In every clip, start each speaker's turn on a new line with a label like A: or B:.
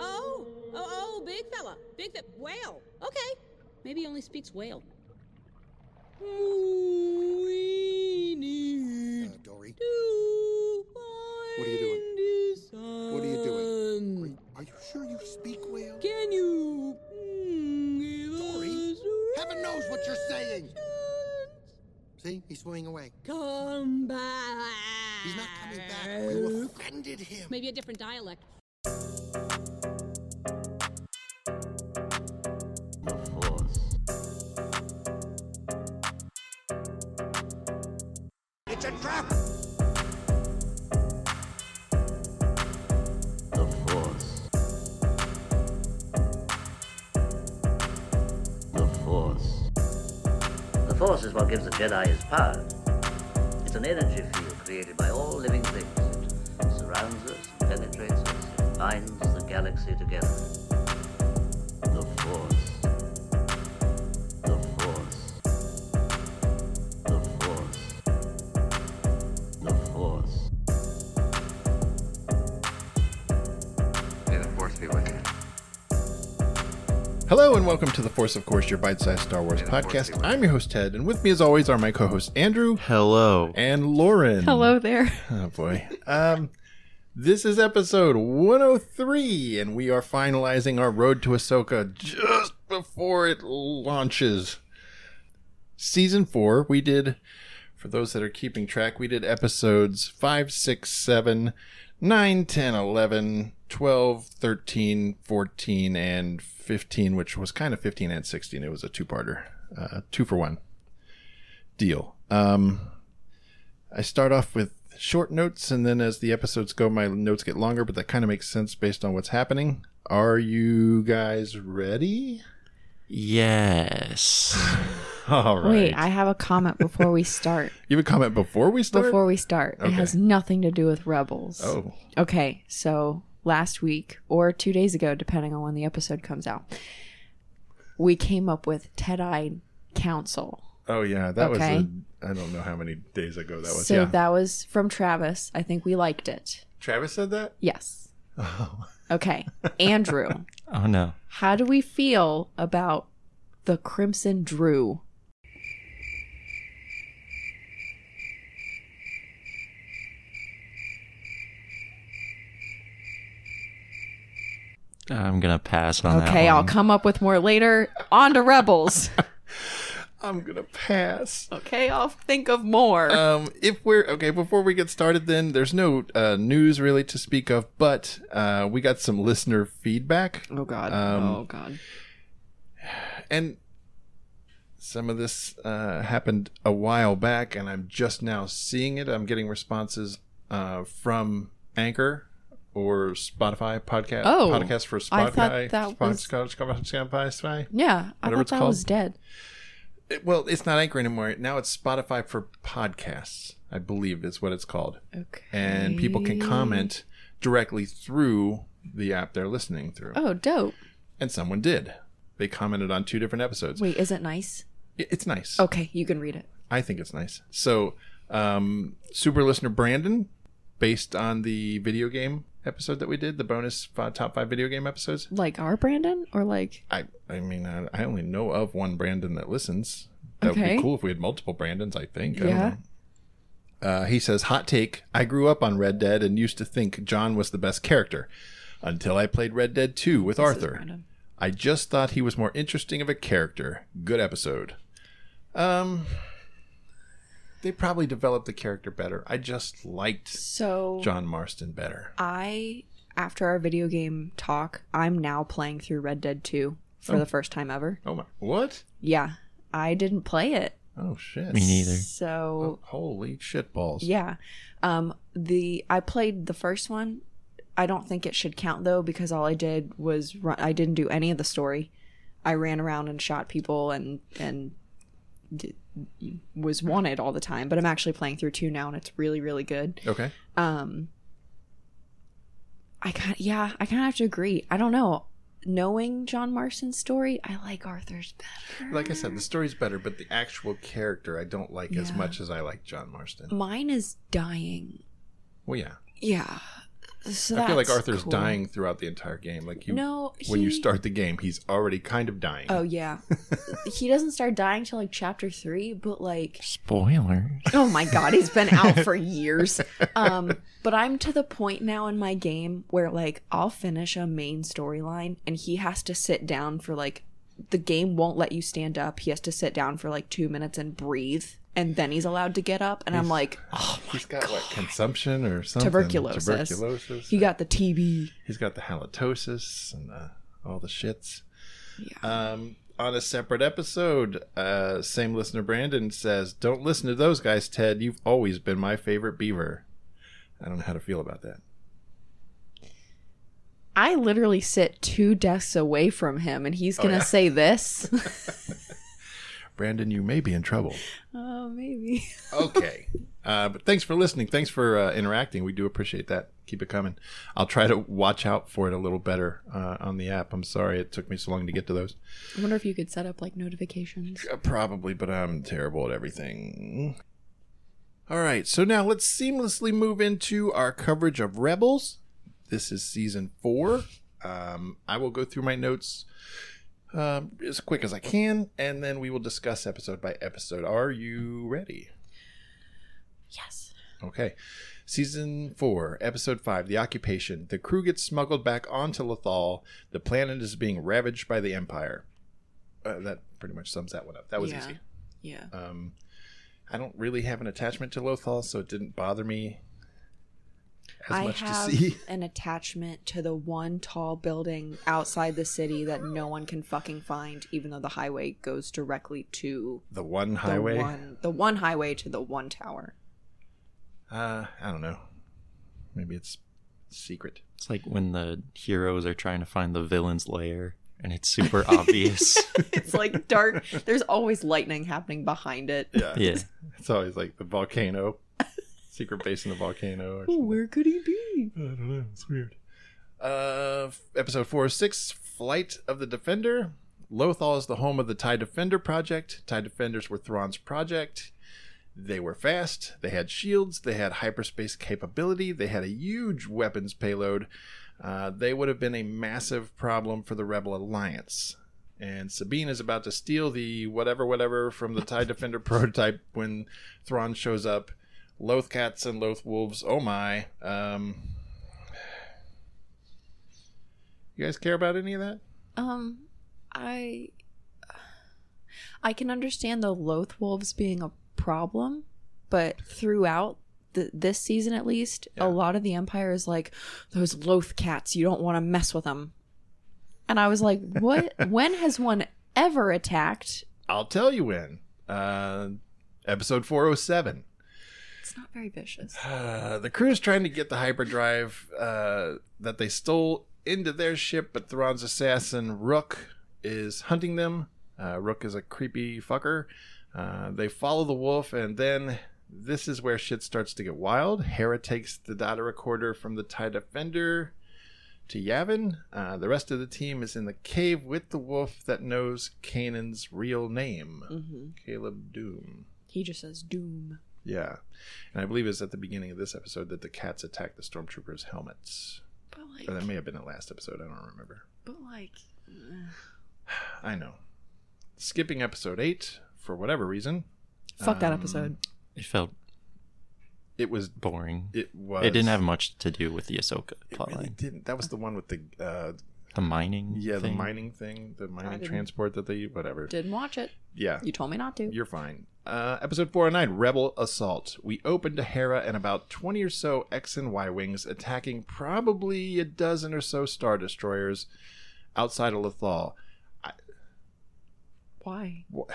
A: Oh, big fella. Big fe- whale. Okay. Maybe he only speaks whale. We need
B: Uh, Dory,
A: to
B: What are you doing?
A: doing?
B: what are you doing? Are, are you sure you speak whale?
A: Can you mm, give
B: Dory,
A: us a
B: Heaven knows what you're saying.
A: chance?
B: See, he's swaying away.
A: Come back.
B: He's not coming back. You offended him.
A: Maybe a different dialect.
C: The Force.
B: It's a trap.
C: The Force. The Force.
D: The Force is what gives the Jedi his power. It's an energy field created by all living things. It surrounds us, penetrates us, it binds the galaxy together.
C: The Force. The Force. The Force. The Force.
E: May the force be with you.
F: Hello and welcome to The Force, of course, your bite sized Star Wars
E: May the Force be
F: podcast.
E: with
F: I'm your host, Ted, and with me, as always, are my co hosts, Andrew
G: Hello.
F: and Lauren.
H: Hello there.
F: Oh, boy. um, this is episode 103, and we are finalizing our road to Ahsoka just before it launches. Season 4, we did, for those that are keeping track, we did episodes 5, 6, 7, 9, 10, 11, 12, 13, 14, and 15, which was kind of 15 and 16. It was a two parter, uh, two for one deal. Um, I start off with short notes, and then as the episodes go, my notes get longer, but that kind of makes sense based on what's happening. Are you guys ready?
G: Yes.
F: All right.
H: Wait, I have a comment before we start.
F: you have a comment before we start?
H: before we start,
F: Okay.
H: it has nothing to do with Rebels.
F: Oh,
H: Okay, so last week or two days ago, depending on when the episode comes out, we came up with Ted Eye Council.
F: oh yeah, that was.
H: Okay.
F: A, I don't know how many days ago that was.
H: so
F: yeah,
H: that was from Travis. I think we liked it.
F: Travis said that.
H: Yes.
F: Oh.
H: Okay, Andrew,
G: oh no.
H: how do we feel about the Crimson Drew?
G: I'm gonna pass on that.
H: Okay, I'll
G: one.
H: come up with more later. On to Rebels.
F: I'm gonna pass.
H: Okay, I'll think of more.
F: Um, if we're okay, before we get started, then there's no uh, news really to speak of, but uh, we got some listener feedback.
H: oh god.
F: um,
H: oh god.
F: and some of this uh, happened a while back, and I'm just now seeing it. I'm getting responses uh, from Anchor or Spotify podcast.
H: Oh,
F: podcast for
H: I thought
F: Spotify.
H: that
F: Spot-
H: was-
F: Scott- Scott- Scott- Spotify.
H: Yeah, I
F: whatever
H: thought
F: it's
H: that
F: called.
H: was dead.
F: It- Well, it's not Anchor anymore. Now it's Spotify for podcasts. I believe is what it's called,
H: Okay.
F: and people can comment directly through the app they're listening through.
H: Oh, dope.
F: And someone did. They commented on two different episodes.
H: Wait, Oh. is it nice?
F: It- It's nice.
H: Okay, you can read it.
F: I think it's nice. So, um, super listener Brandon, based on the video game episode that we did, the bonus f- top five video game episodes.
H: Like our Brandon or like
F: I, I mean, I, I only know of one Brandon that listens. That would
H: Okay.
F: be cool if we had multiple Brandons. I think. I don't
H: Yeah.
F: know. Uh, he says, "Hot take: I grew up on Red Dead and used to think John was the best character, until I played Red Dead Two with Arthur.
H: Brandon.
F: I just thought he was more interesting of a character. Good episode. Um, they probably developed the character better. I just liked
H: So
F: John Marston better.
H: I after our video game talk, I'm now playing through Red Dead 2 for the first time ever.
F: Oh my! What?
H: Yeah. I didn't play it.
F: Oh shit!
G: Me neither.
F: Oh,
H: So
F: holy shit balls!
H: yeah. Um the I played the first one. I don't think it should count though because all I did was run, I didn't do any of the story. I ran around and shot people and and d- was wanted all the time, but I'm actually playing through two now and it's really really good.
F: Okay.
H: Um I kind yeah, I kind of have to agree. I don't know. Knowing John Marston's story, I like Arthur's better.
F: Like I said, the story's better, but the actual character I don't like as
H: Yeah.
F: much as I like John Marston.
H: mine is dying.
F: Well, yeah.
H: Yeah. So
F: I feel like
H: that's
F: Arthur's
H: cool.
F: dying throughout the entire game. Like you,
H: No,
F: when you
H: he-
F: start the game, he's already kind of dying.
H: Oh yeah, he doesn't start dying till like chapter three, but like
G: Spoiler.
H: Oh my god, he's been out for years. Um, but I'm to the point now in my game where like I'll finish a main storyline and he has to sit down for like the game won't let you stand up. He has to sit down for like 2 minutes and breathe and then he's allowed to get up and I'm like, "Oh,
F: he's got like consumption or something.
H: Tuberculosis.
F: Tuberculosis.
H: you got the TB."
F: He's got the halitosis and uh, all the shits.
H: Yeah.
F: Um, on a separate episode, uh, same listener Brandon says, "Don't listen to those guys, Ted. You've always been my favorite beaver." I don't know how to feel about that.
H: I literally sit 2 desks away from him and he's going to
F: yeah.
H: say this.
F: Brandon, you may be in trouble.
H: oh, maybe.
F: okay. Uh, but thanks for listening. Thanks for uh, interacting. We do appreciate that. Keep it coming. I'll try to watch out for it a little better uh, on the app. I'm sorry it took me so long to get to those.
H: I wonder if you could set up like notifications.
F: Uh, Probably, but I'm terrible at everything. All right, so now let's seamlessly move into our coverage of Rebels. This is season four. Um, I will go through my notes um, as quick as I can, and then we will discuss episode by episode. Are you ready?
H: Yes.
F: Okay. Season 4, Episode 5, The Occupation. The crew gets smuggled back onto Lethal. The planet is being ravaged by the Empire. Uh, that pretty much sums that one up. That was
H: Yeah.
F: easy.
H: Yeah.
F: Um, I don't really have an attachment to Lothal, so it didn't bother me as
H: I
F: much
H: have
F: to see.
H: an attachment to the one tall building outside the city that no one can fucking find, even though the highway goes directly to
F: The one
H: the
F: highway.
H: one, the one highway to the one tower.
F: Uh, I don't know. Maybe it's secret.
G: It's like when the heroes are trying to find the villain's lair and it's super obvious.
H: It's like dark. There's always lightning happening behind it.
G: yeah.
F: It's always like the volcano, secret base in the volcano. Or
H: Oh,
F: something.
H: where could he be?
F: I don't know. It's weird. Uh, f- episode 406 Flight of the Defender. Lothal is the home of the TIE Defender Project. TIE Defenders were Thrawn's project. They were fast, they had shields, they had hyperspace capability, they had a huge weapons payload. Uh, they would have been a massive problem for the Rebel Alliance. And Sabine is about to steal the whatever, whatever from the TIE Defender prototype when Thrawn shows up. Loth cats and Loth wolves, oh my. Um, you guys care about any of that?
H: Um, I, I can understand the Loth Wolves being a problem, but throughout the, this season, at least,
F: Yeah.
H: a lot of the Empire is like those Loth cats. You don't want to mess with them. And I was like, what? when has one ever attacked?
F: I'll tell you when. Uh, episode 407.
H: It's not very vicious.
F: Uh, the crew's trying to get the hyperdrive uh, that they stole into their ship, but Thrawn's assassin, Rook, is hunting them. Uh, Rook is a creepy fucker. Uh, they follow the wolf, and then this is where shit starts to get wild. Hera takes the data recorder from the TIE Defender to Yavin. Uh, the rest of the team is in the cave with the wolf that knows Kanan's real name,
H: Mm-hmm.
F: Caleb Doom.
H: He just says doom.
F: Yeah. And I believe it's at the beginning of this episode that the cats attack the stormtroopers' helmets.
H: But
F: Or that
H: like,
F: may have been the last episode. I don't remember.
H: but like, ugh.
F: I know. Skipping episode 8 for whatever reason.
H: fuck that
F: Um,
H: episode.
G: It felt
F: It was.
G: boring. It,
F: It was.
G: didn't have much to do with the Ahsoka
F: It
G: plotline.
F: really didn't. That was the one with the. Uh,
G: The mining.
F: yeah, the
G: thing.
F: mining thing, the mining
H: didn't-
F: transport that they. Whatever.
H: Didn't watch it.
F: yeah.
H: You told me not to.
F: You're fine. Uh, episode 409 Rebel Assault. We open to Hera and about 20 or so X and Y Wings attacking probably a dozen or so Star Destroyers outside of Lethal.
H: Why?
F: Wha-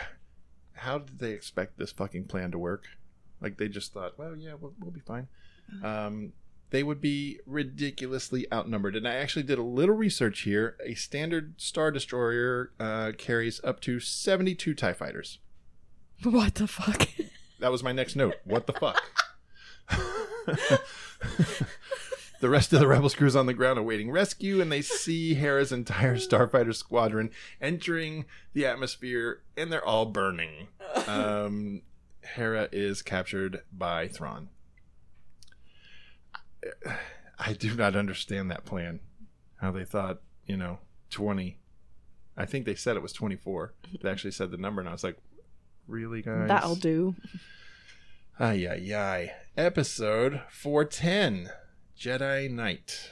F: How did they expect this fucking plan to work? Like, they just thought, well, yeah, we'll, we'll be fine. Um, they would be ridiculously outnumbered. And I actually did a little research here. A standard Star Destroyer uh, carries up to 72 TIE E fighters.
H: What the fuck?
F: That was my next note. What the fuck? the rest of the rebel crew is on the ground awaiting rescue, and they see Hera's entire starfighter squadron entering the atmosphere, and they're all burning. Um, Hera is captured by Thrawn. I- I do not understand that plan. How they thought, you know, 20. I think they said it was 24. They actually said the number, and I was like, really, guys?
H: That'll do.
F: Ay, ay, ay. Episode 410 Jedi Knight.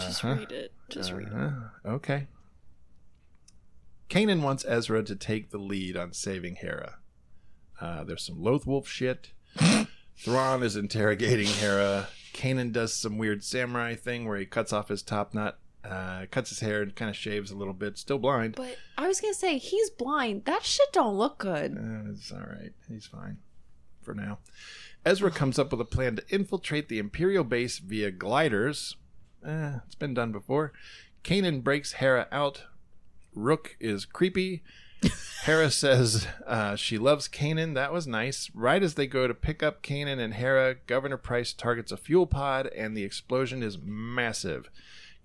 I: Just read it. Just read it.
F: Uh-huh. Okay. Kanan wants Ezra to take the lead on saving Hera. Uh, there's some Loth Wolf shit. Thrawn is interrogating Hera. Kanan does some weird samurai thing where he cuts off his top knot, uh, cuts his hair, and kind of shaves a little bit. Still blind.
H: But I was gonna say he's blind. That shit don't look good.
F: Uh, it's all right. He's fine for now. Ezra comes up with a plan to infiltrate the Imperial base via gliders. Eh, it's been done before. Kanan breaks Hera out. Rook is creepy. Hera says uh, she loves Kanan. That was nice. Right as they go to pick up Kanan and Hera, Governor Price targets a fuel pod, and the explosion is massive.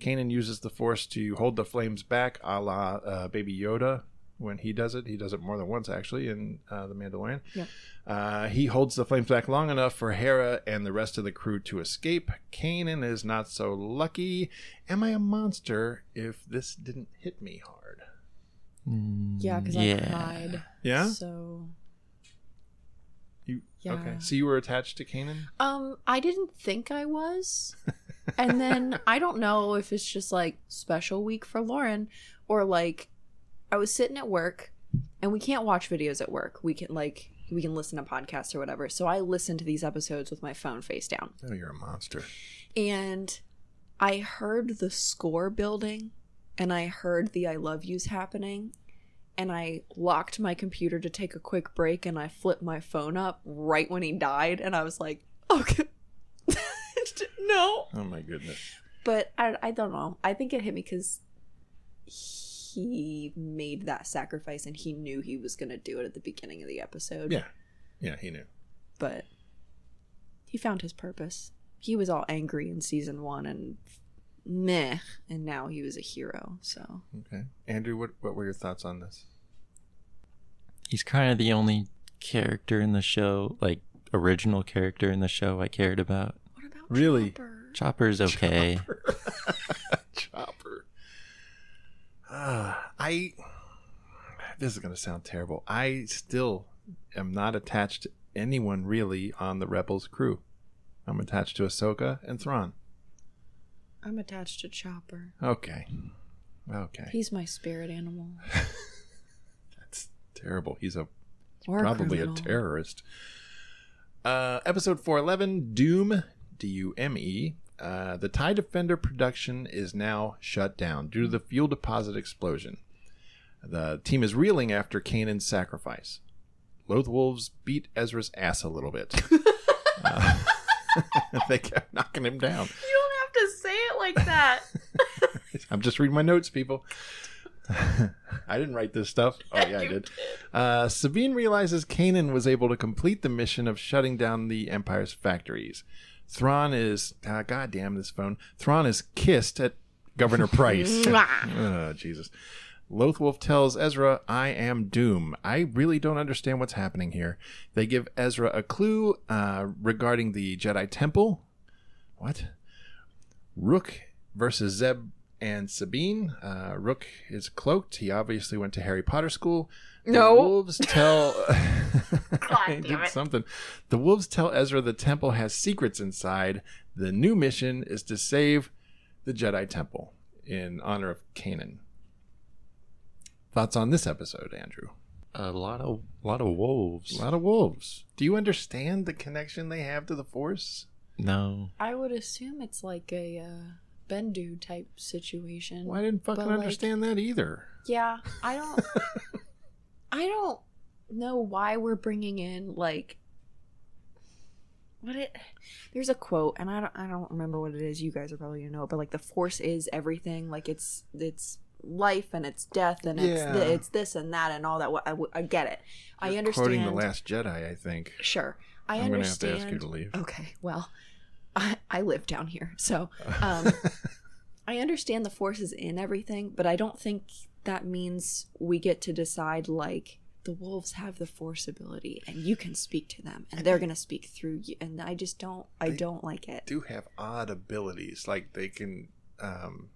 F: Kanan uses the Force to hold the flames back, a la uh, Baby Yoda. When he does it, he does it more than once actually in uh, The Mandalorian.
H: Yeah.
F: Uh, he holds the flames back long enough for Hera and the rest of the crew to escape. Kanan is not so lucky. Am I a monster if this didn't hit me hard?
H: Yeah, because I
G: Mm, Yeah.
H: cried.
F: Yeah.
H: So
F: You
H: Yeah.
F: okay? So you were attached to Kanan.
H: um, I didn't think I was, and then I don't know if it's just like special week for Lauren or like I was sitting at work, and we can't watch videos at work. We can like we can listen to podcasts or whatever. So I listened to these episodes with my phone face down.
F: Oh, you're a monster.
H: and I heard the score building and I heard the I love yous happening and I locked my computer to take a quick break and I flipped my phone up right when he died and I was like, okay. no.
F: Oh my goodness.
H: But I, I don't know. I think it hit me because he made that sacrifice and he knew he was going to do it at the beginning of the episode.
F: Yeah. Yeah, he knew.
H: But he found his purpose. He was all angry in season one and meh, and now he was a hero. So
F: Okay, Andrew, what what were your thoughts on this?
G: He's kind of the only character in the show, like original character in the show I cared about.
H: what about
F: Really?
H: Chopper?
G: Chopper's okay.
F: Chopper. Ah, I. This is going to sound terrible. I still am not attached to anyone really on the Rebels crew. I'm attached to Ahsoka and Thrawn.
H: I'm attached to Chopper.
F: Okay. Okay.
H: He's my spirit animal.
F: That's terrible. He's a
H: Or
F: probably
H: criminal.
F: a terrorist. Uh, episode 411 Doom, D U M E. Uh, the TIE Defender production is now shut down due to the fuel deposit explosion. The team is reeling after Kanan's sacrifice. Loth Wolves beat Ezra's ass a little bit. Uh, they kept knocking him down.
I: You don't have to say it like that.
F: I'm just reading my notes, people. I didn't write this stuff. Oh, yeah, I did. Uh, Sabine realizes Kanan was able to complete the mission of shutting down the Empire's factories. Thrawn is. Uh, God damn this phone. Thrawn is kissed at Governor Price. oh, Jesus. Lothwolf tells Ezra, I am Doom. I really don't understand what's happening here. They give Ezra a clue uh, regarding the Jedi Temple. What? Rook versus Zeb and Sabine. Uh, Rook is cloaked. He obviously went to Harry Potter school. The
H: No.
F: wolves tell. I
I: damn
F: did
I: it.
F: something. The wolves tell Ezra the temple has secrets inside. The new mission is to save the Jedi Temple in honor of Kanan. Thoughts on this episode, Andrew?
G: a lot of lot of wolves.
F: A lot of wolves. Do you understand the connection they have to the Force?
G: No,
H: I would assume it's like a uh, Bendu type situation.
F: Well, I didn't fucking
H: But, like-
F: understand that either.
H: Yeah, I don't. I don't know why we're bringing in like what it. There's a quote, and I don't. I don't remember what it is. You guys are probably gonna know, it, but like the force is everything. Like it's it's life and it's death and it's
F: Yeah.
H: th- it's this and that and all that. Wha- I, w- I get it. I
F: You're
H: understand.
F: Quoting the Last Jedi, I think.
H: Sure, I
F: am
H: understand.
F: gonna have to ask you to leave.
H: Okay, well, I, I live down here, so um, I understand the force is in everything, but I don't think that means we get to decide like the wolves have the force ability and you can speak to them and they're going to speak through you and I just don't I
F: They
H: don't like it.
F: do have odd abilities. Like they can, um,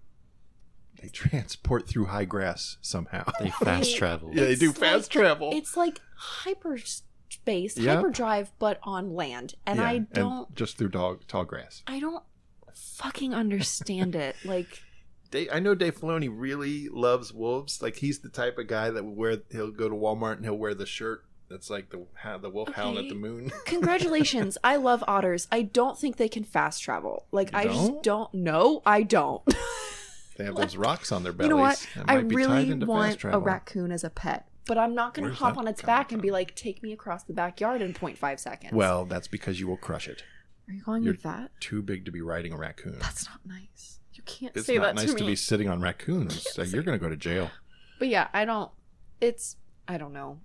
F: they transport through high grass somehow.
G: They fast travel.
F: yeah, they do
H: It's
F: fast
H: like-
F: travel.
H: It's like hyperspace,
F: Yep.
H: hyperdrive but on land and
F: Yeah,
H: I don't
F: just through dog, tall grass.
H: I don't fucking understand it. Like
F: Dave, I know Dave Filoni really loves wolves. Like he's the type of guy that will wear. He'll go to Walmart and he'll wear the shirt that's like the ha- the wolf howling at
H: Okay.
F: the moon.
H: Congratulations. I love otters. I don't think they can fast travel. Like
F: You
H: I just
F: don't?
H: don't know. I don't.
F: They have those rocks on their bellies.
H: you know what?
F: That
H: I
F: might be tied
H: really
F: into fast
H: want a
F: travel.
H: raccoon as a pet, but I'm not going to
F: Where's
H: hop
F: that
H: on its
F: coming
H: back and be
F: from?
H: like, "Take me across the backyard in 0.5 seconds."
F: Well, that's because you will crush it.
H: are you going
F: you're-
H: with that?
F: Too big to be riding a raccoon.
H: That's not nice. You can't
F: it's
H: say
F: not
H: that
F: nice
H: to me.
F: to be sitting on raccoons.
H: Can't
F: Like,
H: say
F: You're going to go to jail.
H: But yeah, I don't. It's I don't know.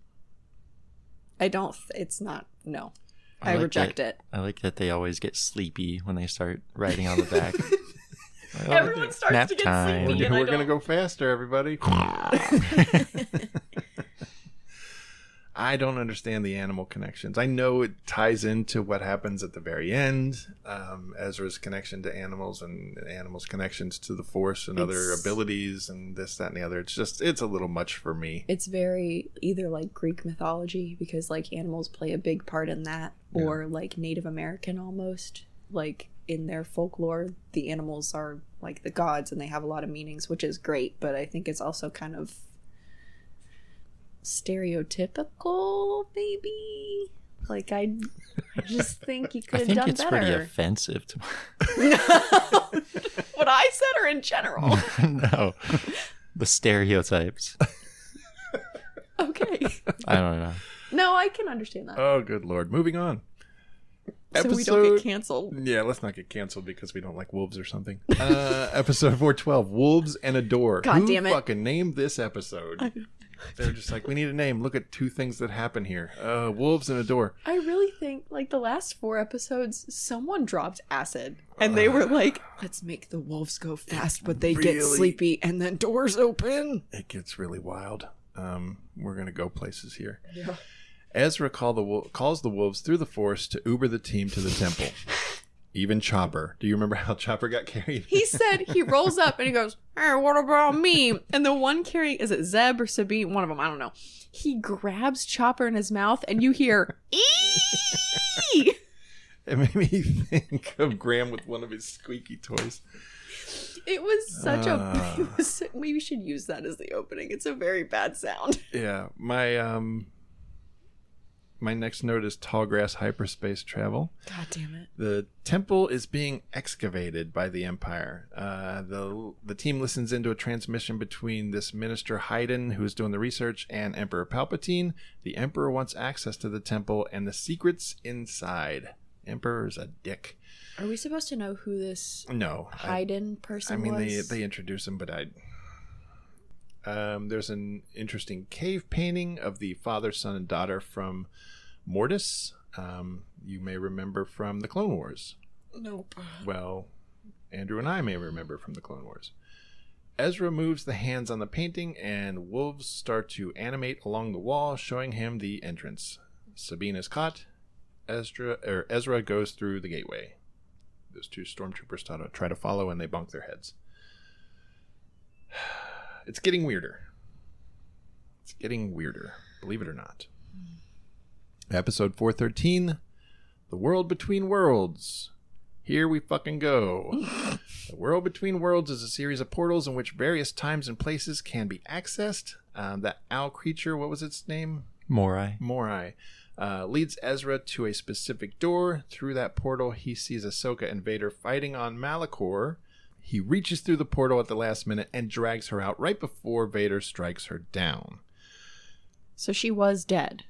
H: I don't. It's not. No, I,
G: like
H: reject
G: that-
H: it.
G: I like that they always get sleepy when they start riding on the back. oh, Well,
I: Everyone starts
G: nap
I: to get
G: time.
I: sleepy
F: We're
I: and I
F: going to
I: don't-
F: go faster, everybody. I don't understand the animal connections. I know it ties into what happens at the very end, um, Ezra's connection to animals and animals' connections to the Force and other
H: It's-
F: abilities and this, that, and the other. It's just it's a little much for me.
H: it's very either like Greek mythology because like animals play a big part in that,
F: Yeah.
H: or like Native American almost. Like in their folklore, the animals are like the gods and they have a lot of meanings, which is great, but I think it's also kind of stereotypical, maybe. Like I, I just think you
G: I
H: could have
G: think
H: done
G: it's pretty
H: better.
G: offensive to
H: what I said or in general.
G: no the stereotypes.
H: Okay.
G: I don't know.
H: No, I can understand that.
F: Oh, good lord! Moving on.
H: so we don't get canceled.
F: Yeah, let's not get canceled because we don't like wolves or something. Uh, episode 412 Wolves and a Door.
H: God
F: Who
H: damn it.
F: fucking named this episode? They're just like, we need a name. Look at two things that happen here uh, Wolves and a Door.
H: I really think like the last four episodes, someone dropped acid, and they were like, "Let's make the wolves go fast, but they get
F: Really?
H: sleepy, and then doors open."
F: It gets really wild. Um, we're going to go places here.
H: Yeah.
F: Ezra call the wol- calls the wolves through the forest to Uber the team to the temple. Even Chopper. Do you remember how Chopper got carried?
H: He said he rolls up and he goes, "Hey, what about me?" And the one carrying is it Zeb or Sabine? One of them, I don't know. He grabs Chopper in his mouth, and you hear, "Ee!"
F: it made me think of Graham with one of his squeaky toys.
H: It was such
F: Ah.
H: a. It was, we should use that as the opening. It's a very bad sound.
F: Yeah, my um my next note is tall grass hyperspace travel.
H: God damn it!
F: The temple is being excavated by the Empire. Uh, the the team listens into a transmission between this minister Haydn, who is doing the research, and Emperor Palpatine. The Emperor wants access to the temple and the secrets inside. Emperor's a dick.
H: Are we supposed to know who this
F: No, I-
H: Haydn person
F: I mean,
H: was?
F: they they introduce him, but I. Um, there's an interesting cave painting of the father, son, and daughter from Mortis. Um, you may remember from the Clone Wars.
H: Nope.
F: Well, Andrew and I may remember from the Clone Wars. Ezra moves the hands on the painting, and wolves start to animate along the wall, showing him the entrance. Sabine is caught. Ezra or Ezra goes through the gateway. Those two stormtroopers try to, try to follow, and they bonk their heads. It's getting weirder. It's getting weirder, believe it or not. Episode 413 The World Between Worlds. Here we fucking go. the World Between Worlds is a series of portals in which various times and places can be accessed. Um, that owl creature, what was its name?
G: Morai.
F: Morai. Uh, leads Ezra to a specific door. Through that portal, he sees Ahsoka and Vader fighting on Malachor. He reaches through the portal at the last minute and drags her out right before Vader strikes her down.
H: So she was dead.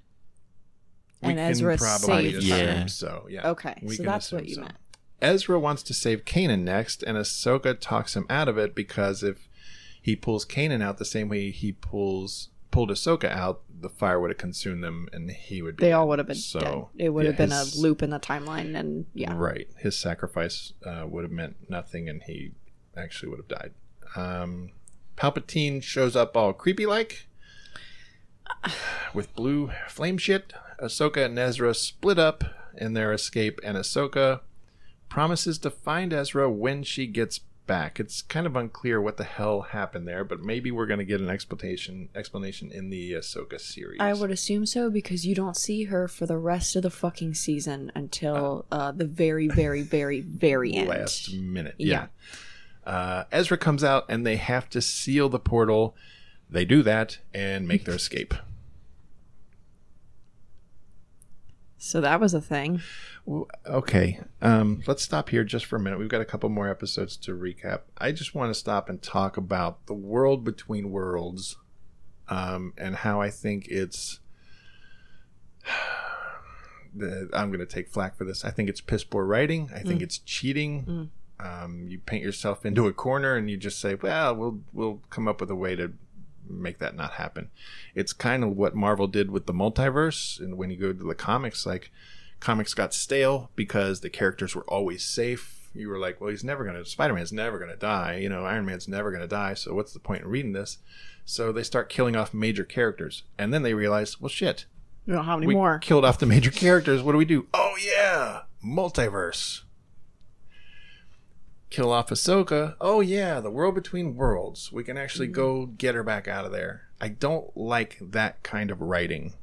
F: We
H: And
F: can
H: Ezra
F: probably
H: saved
F: assume
G: her.
F: so. Yeah.
H: Okay,
F: We
H: so
F: can
H: that's what
F: assume
H: you
F: so.
H: meant.
F: Ezra wants to save Kanan next, and Ahsoka talks him out of it because if he pulls Kanan out the same way he pulls pulled Ahsoka out, the fire would have consumed them, and he would be.
H: They
F: dead.
H: all would have been
F: So,
H: dead. It would
F: yeah,
H: have been
F: his-
H: a loop in the timeline, and yeah.
F: Right. His sacrifice uh, would have meant nothing, and he actually would have died. Um, Palpatine shows up all creepy like. With blue flame shit, Ahsoka and Ezra split up in their escape, and Ahsoka promises to find Ezra when she gets back. It's kind of unclear what the hell happened there, but maybe we're going to get an explanation explanation in the Ahsoka series.
H: I would assume so because you don't see her for the rest of the fucking season until uh, the very, very, very, very end.
F: last minute. Yeah. Uh, Ezra comes out and they have to seal the portal. They do that and make their escape.
H: So that was a thing.
F: W- Okay, um, let's stop here just for a minute. We've got a couple more episodes to recap. I just want to stop and talk about the world between worlds um, and how I think it's. the- I'm going to take flack for this. I think it's piss poor writing. I think it's cheating. Um, you paint yourself into a corner and you just say, "Well, we'll we'll come up with a way to make that not happen." It's kind of what Marvel did with the multiverse, and when you go to the comics, like comics got stale because the characters were always safe. You were like, well, he's never going to, Spider Man's never going to die. You know, Iron Man's never going to die. So what's the point in reading this? So they start killing off major characters. And then they realize, well, shit,
H: We don't have any
F: we
H: more.
F: killed off the major characters. What do we do? Oh, yeah, multiverse. Kill off Ahsoka. Oh, yeah, the world between worlds. We can actually go get her back out of there. I don't like that kind of writing.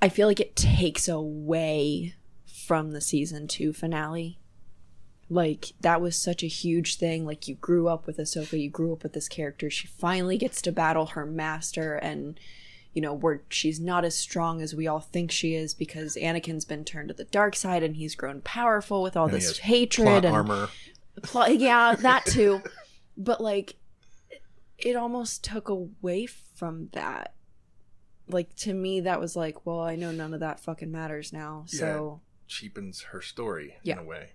H: I feel like it takes away from the season two finale. Like that was such a huge thing. Like you grew up with Ahsoka, you grew up with this character. She finally gets to battle her master, and you know where she's not as strong as we all think she is because Anakin's been turned to the dark side, and he's grown powerful with all
F: And he
H: this
F: has
H: hatred
F: Plot
H: and
F: armor.
H: Pl- yeah, that too. But like, it almost took away from that. Like to me, that was like, well, I know none of that fucking matters now. So,
F: cheapens her story in
H: Yeah.
F: a way.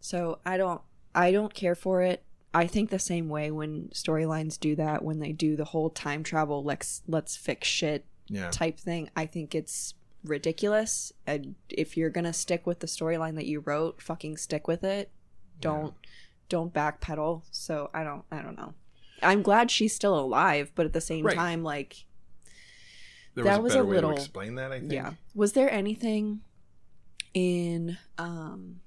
H: so I don't, I don't care for it. I think the same way when storylines do that, when they do the whole time travel, let's let's fix shit
F: Yeah.
H: type thing. I think it's ridiculous. And if you're gonna stick with the storyline that you wrote, fucking stick with it. Don't don't backpedal. So I don't I don't know. I'm glad she's still alive, but at the same
F: Right.
H: time, like
F: There
H: That was a
F: better way
H: little-
F: to explain that, I think.
H: yeah. Was there anything in um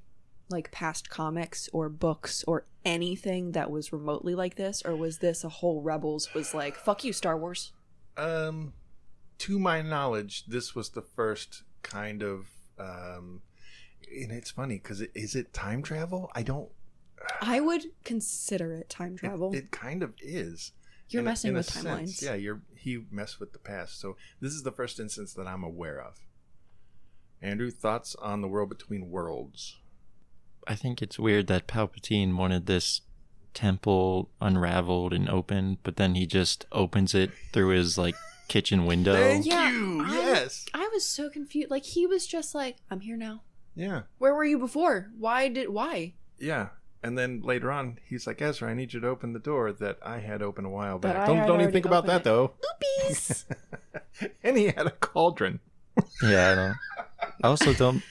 H: like past comics or books or anything that was remotely like this, or was this a whole Rebels was like, fuck you, Star Wars?
F: Um to my knowledge, this was the first kind of um and it's funny cuz it, is it time travel? I don't
H: I would consider it time
F: it,
H: travel.
F: it kind of is.
H: You're
F: in a-
H: messing
F: in a
H: with
F: sense.
H: timelines.
F: Yeah, you're he messed with the past. So this is the first instance that I'm aware of. Andrew, thoughts on the world between worlds?
G: I think it's weird that Palpatine wanted this temple unraveled and open, but then he just opens it through his like kitchen window.
F: Thank
H: Yeah,
F: you.
H: I-
F: yes.
H: I was so confused. Like he was just like, "I'm here now.
F: Yeah.
H: Where were you before? Why did why?"
F: Yeah. And then later on, he's like, Ezra, I need you to open the door that I had open a while
H: That
F: back.
H: I
F: don't
H: had
F: don't even
H: already
F: think about that,
H: opened
F: though.
H: Oopies.
F: and he had a cauldron.
G: Yeah, I don't. I also don't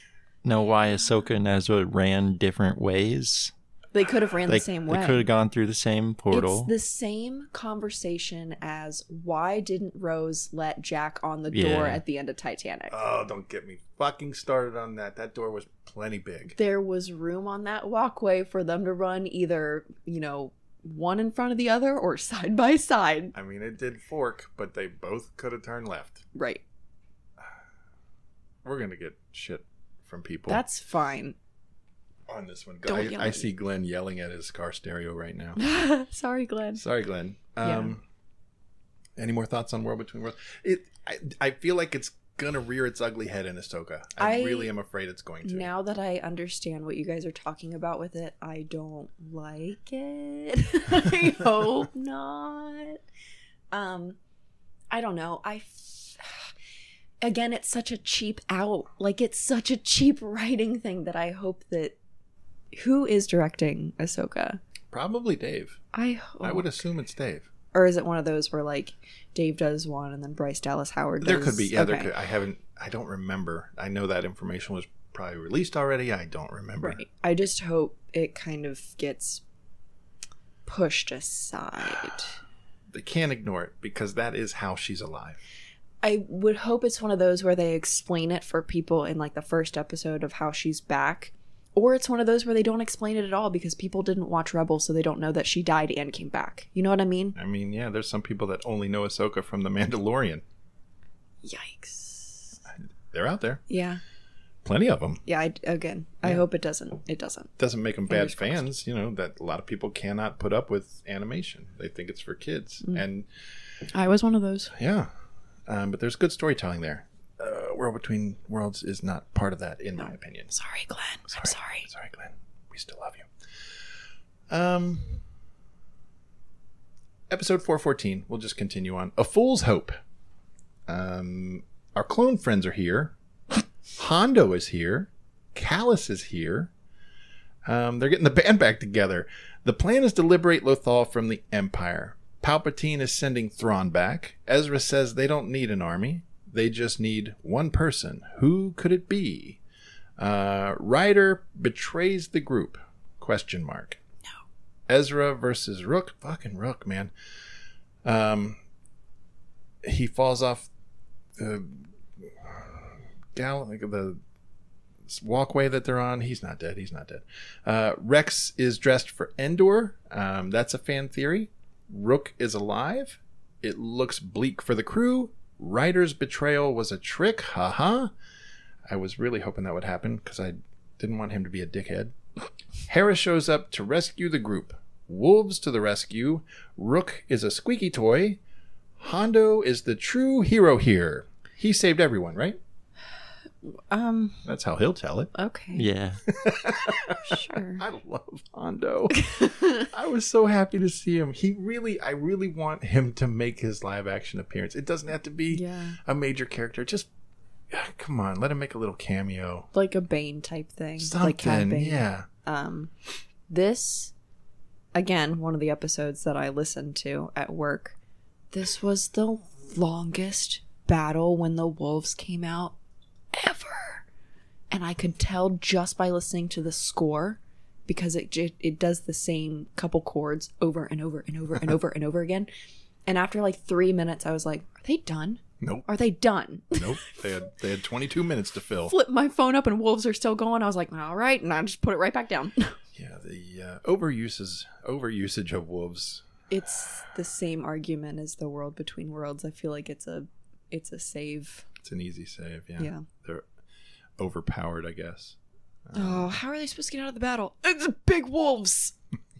G: know why Ahsoka and Ezra ran different ways.
H: they could have ran
G: Like,
H: the same way.
G: They could have gone through the same portal.
H: It's the same conversation as why didn't Rose let Jack on the
G: Yeah.
H: door at the end of Titanic?
F: Oh, don't get me fucking started on that. That door was plenty big.
H: there was room on that walkway for them to run either, you know, one in front of the other or side by side.
F: I mean, it did fork, but they both could have turned left.
H: Right.
F: We're going to get shit from people
H: That's fine.
F: on this one.
H: Don't yell
F: I, I
H: at
F: see Glenn yelling at his car stereo right now.
H: Sorry, Glenn.
F: Sorry, Glenn.
H: Yeah.
F: Um, Any more thoughts on World Between Worlds? It, I, I feel like it's gonna rear its ugly head in Ahsoka. I,
H: I-
F: really am afraid it's going to.
H: Now that I understand what you guys are talking about with it, I don't like it. I hope not. Um, I don't know. I f- again, it's such a cheap out. Like it's such a cheap writing thing that I hope that who is directing Ahsoka?
F: Probably Dave.
H: I hope,
F: I would assume it's Dave.
H: or is it one of those where like Dave does one and then Bryce Dallas Howard?
F: There
H: does-
F: could be. Yeah, there
H: Okay.
F: could. I haven't. I don't remember. I know that information was probably released already. I don't remember.
H: Right. I just hope it kind of gets pushed aside
F: They can't ignore it because that is how she's alive.
H: I would hope it's one of those where they explain it for people in like the first episode of how she's back, or it's one of those where they don't explain it at all because people didn't watch Rebel, so they don't know that she died and came back. You know what I mean?
F: I mean, yeah, there's some people that only know Ahsoka from The Mandalorian.
H: Yikes.
F: They're out there,
H: Yeah.
F: plenty of them.
H: Yeah. I, again, I hope it doesn't. It doesn't.
F: Doesn't make them bad
H: Fingers crossed.
F: fans, you know. That a lot of people cannot put up with animation. They think it's for kids,
H: Mm.
F: and
H: I was one of those.
F: yeah, um, but there's good storytelling there. Uh, World Between Worlds is not part of that, in my opinion.
H: Sorry, Glenn. I'm sorry.
F: Sorry, Glenn. We still love you. Um, episode 414. We'll just continue on. A Fool's Hope. Um, our clone friends are here. Hondo is here. Callus is here. Um, they're getting the band back together. The plan is to liberate Lothal from the Empire. Palpatine is sending Thrawn back. Ezra says they don't need an army. They just need one person. Who could it be? Uh, Ryder betrays the group? Question mark. No. Ezra versus Rook. Fucking Rook, man. Um, he falls off the gal like the walkway that they're on. He's not dead. He's not dead. Uh, Rex is dressed for Endor. Um, that's a fan theory. Rook is alive. It looks bleak for the crew. Ryder's betrayal was a trick. Haha. I was really hoping that would happen because I didn't want him to be a dickhead. Hera shows up to rescue the group. Wolves to the rescue. Rook is a squeaky toy. Hondo is the true hero here. He saved everyone, right?
H: Um.
F: That's how he'll tell it.
H: Okay.
G: Yeah.
H: Sure.
F: I love Hondo. I was so happy to see him. He really, I really want him to make his live action appearance. It doesn't have to be
H: Yeah.
F: a major character. Just come on, let him make a little cameo.
H: Like a Bane type thing. Like Cad
F: Something,
H: Bane.
F: yeah.
H: um this again one of the episodes that i listened to at work this was the longest battle when the wolves came out ever and i could tell just by listening to the score because it it, it does the same couple chords over and over and over and over and over again and after like 3 minutes i was like are they done
F: Nope,
H: are they done
F: nope. They had they had 22 minutes to fill.
H: flip my phone up and wolves are still going i was like all right and i just put it right back down
F: Yeah, the uh, overuses overusage of wolves.
H: it's the same argument as the world between worlds i feel like it's a it's a save
F: It's an easy save. Yeah,
H: Yeah.
F: they're overpowered, I guess.
H: oh how are they supposed to get out of the battle it's big wolves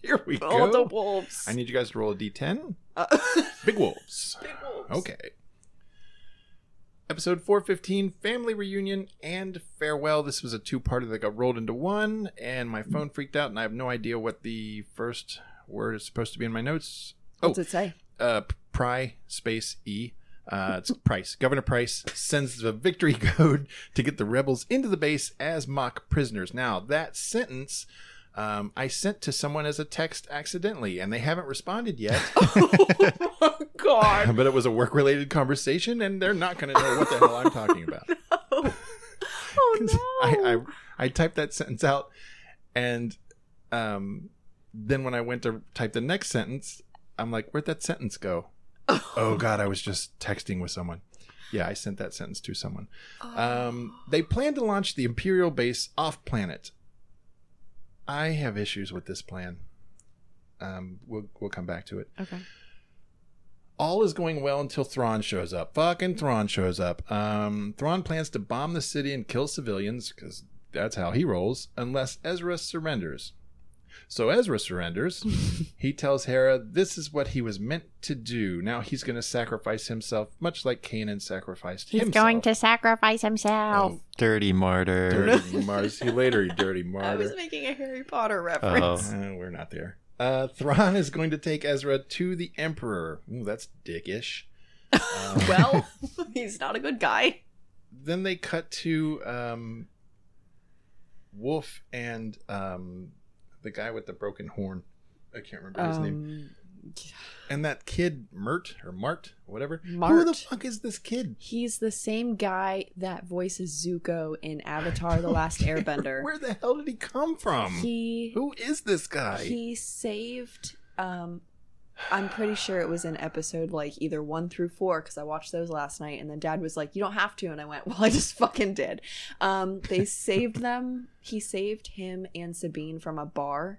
F: Here we
H: all the
F: go.
H: wolves
F: I need you guys to roll a d10.
H: Uh,
F: Big wolves.
H: big wolves
F: Okay. Episode 415, Family Reunion and Farewell. This was a two parter that got rolled into one, and my phone freaked out, and I have no idea what the first word is supposed to be in my notes. Oh,
H: what's it say
F: uh, Pry space E. Uh, it's Price. Governor Price sends the victory code to get the rebels into the base as mock prisoners. Now, that sentence um, I sent to someone as a text accidentally, and they haven't responded yet.
H: oh god
F: but it was a work related conversation, and they're not going to know what the hell I'm talking about.
H: oh
F: 'Cause I, I I typed that sentence out, and um, then when I went to type the next sentence, I'm like, where'd that sentence go? oh God, I was just texting with someone. Yeah, I sent that sentence to someone. Um, they plan to launch the Imperial base off planet. I have issues with this plan. Um, we'll we'll come back to it
H: okay
F: all is going well until Thrawn shows up. Fucking Thrawn shows up. Um, Thrawn plans to bomb the city and kill civilians because that's how he rolls, unless Ezra surrenders. So Ezra surrenders. he tells Hera this is what he was meant to do. Now he's going to sacrifice himself, much like Kanan sacrificed
J: He's
F: himself.
J: going to sacrifice himself.
F: Oh,
G: Dirty martyr.
F: dirty Mars. See you later, you dirty
I: I
F: martyr.
I: was making a Harry Potter reference.
G: Oh.
F: Uh, we're not there. Uh, Thrawn is going to take Ezra to the Emperor. Ooh, that's dickish. Um,
I: Well, he's not a good guy.
F: then they cut to um, Wolf and um, the guy with the broken horn. I can't remember his name.
H: um,
F: And that kid Mert or Mart, whatever. Who
H: Mart.
F: the fuck is this kid?
H: he's the same guy that voices zuko in avatar the last airbender
F: Where the hell did he come from?
H: he
F: Who is this guy?
H: he saved um I'm pretty sure it was in episode like either one through four because I watched those last night, and then Dad was like, "You don't have to," and I went, "Well, I just fucking did." Um, they saved them. He saved him and Sabine from a bar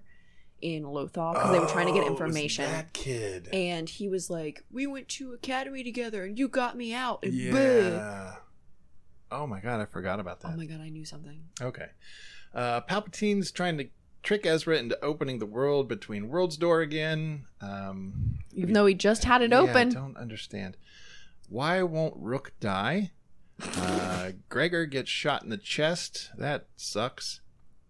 H: in Lothal because they were trying to get
F: Oh, it was
H: information.
F: that kid.
H: And he was like, "We went to academy together, and you got me out." And yeah.
F: Yeah. Oh my god, I forgot about that.
H: Oh my god, I knew something.
F: Okay. Uh, Palpatine's trying to trick Ezra into opening the world between worlds door again. Um,
H: Even though he just had it
F: yeah, I
H: open,
F: don't understand. Why won't Rook die? Uh, Gregor gets shot in the chest. That sucks.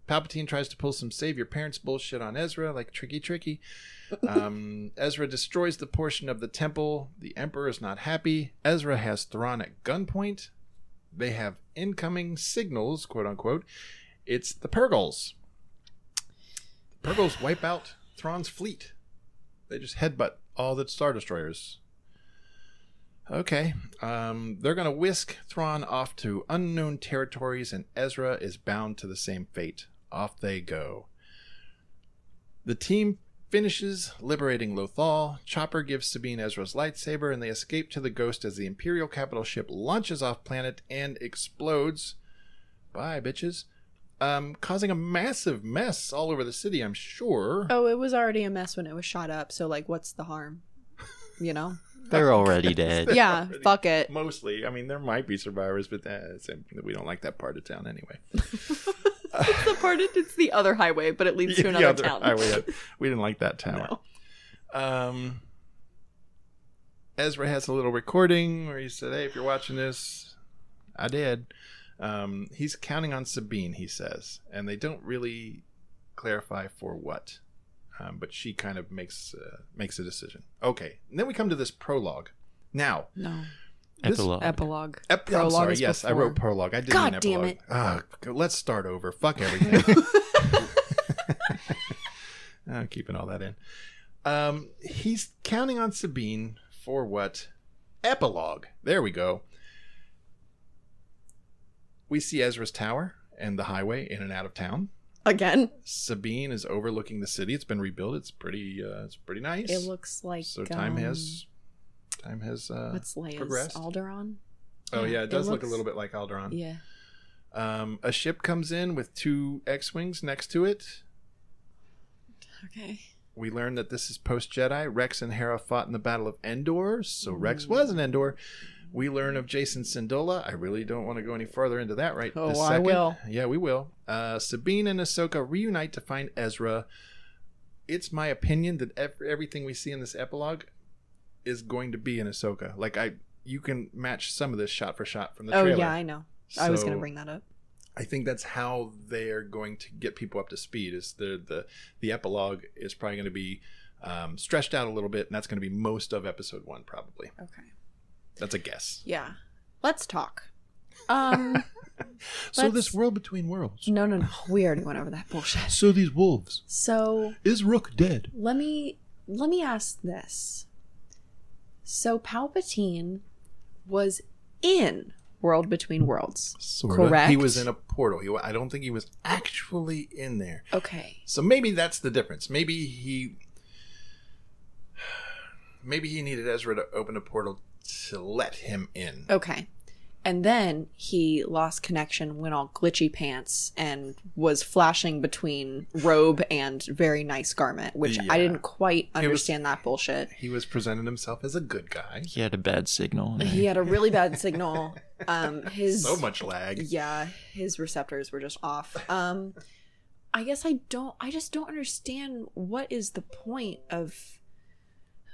F: Palpatine tries to pull some save your parents bullshit on Ezra, like tricky, tricky. Um, Ezra destroys the portion of the temple. The Emperor is not happy. Ezra has Thrawn at gunpoint. They have incoming signals, quote unquote. It's the Purgles. The Purgles wipe out Thrawn's fleet. They just headbutt all the Star Destroyers. Okay. Um, they're going to whisk Thrawn off to unknown territories, and Ezra is bound to the same fate. Off they go. The team finishes liberating Lothal. Chopper gives Sabine Ezra's lightsaber, and they escape to the Ghost as the Imperial capital ship launches off planet and explodes. Bye, bitches. Um, causing a massive mess all over the city, I'm sure.
H: oh, it was already a mess when it was shot up. So like, what's the harm? You know?
G: They're already dead.
H: yeah, fuck it.
F: mostly. I mean, there might be survivors, but that's, we don't like that part of town anyway.
H: it's the part it's the other highway, but it leads to another
F: Yeah, the
H: town.
F: highway, we didn't like that tower. Um, Ezra has a little recording where he said, "Hey, if you're watching this, I did." Um, he's counting on Sabine, he says, and they don't really clarify for what, um, but she kind of makes uh, makes a decision. Okay, and then we come to this prologue. Now,
H: No.
F: this
G: Epilogue.
H: Epilogue.
F: Ep- I'm
H: Prologue
F: sorry.
H: is
F: Yes, I
H: before.
F: wrote prologue. I did
H: God
F: mean
H: damn
F: epilogue. Ugh, g- let's start over. Fuck everything. I'm keeping all that in. Um, he's counting on Sabine for what? Epilogue. There we go. We see Ezra's tower and the highway in and out of town.
I: Again.
F: Sabine is overlooking the city. It's been rebuilt. It's pretty. Uh, it's pretty nice.
H: It looks like
F: so. Time
H: um,
F: has. Time has. Uh,
H: what's Leia's
F: progressed.
H: Alderon?
F: oh yeah, it
H: it
F: does look a
H: looks-
F: little bit like Alderaan.
H: Yeah.
F: Um, a ship comes in with two X Wings next to it.
I: Okay.
F: We learn that this is post Jedi. Rex and Hera fought in the Battle of Endor, so Rex was an Endor. We learn of Jason Sindola. I really don't want to go any further into that right
H: Oh,
F: this
H: I
F: second.
H: will.
F: Yeah, we will. Uh, Sabine and Ahsoka reunite to find Ezra. It's my opinion that ev- everything we see in this epilogue is going to be in Ahsoka. Like I, you can match some of this shot for shot from the
H: oh
F: trailer.
H: yeah, I know. I was gonna
F: So-
H: bring that up.
F: I think that's how they're going to get people up to speed. Is the the the epilogue is probably going to be um, stretched out a little bit, and that's going to be most of episode one, probably.
H: Okay.
F: That's a guess.
H: Yeah. Let's talk. Um
F: So this
H: Let's-
F: world between worlds.
H: no no no. We already went over that bullshit.
F: So these wolves.
H: So
F: Is Rook dead?
H: let me let me ask this. So Palpatine was in World Between Worlds. Correct.
F: He was in a portal. He, wa- I don't think he was actually in there.
H: Okay.
F: So maybe that's the difference. Maybe he, maybe he needed Ezra to open a portal to let him in.
H: Okay. And then he lost connection, went all glitchy pants, and was flashing between robe and very nice garment, which
F: Yeah.
H: I didn't quite
F: was-
H: understand that bullshit.
F: He was presenting himself as a good guy.
G: He had a bad signal.
H: He had a really bad signal. Um, his
F: so much lag.
H: yeah, his receptors were just off. Um, I guess I don't. I just don't understand what is the point of.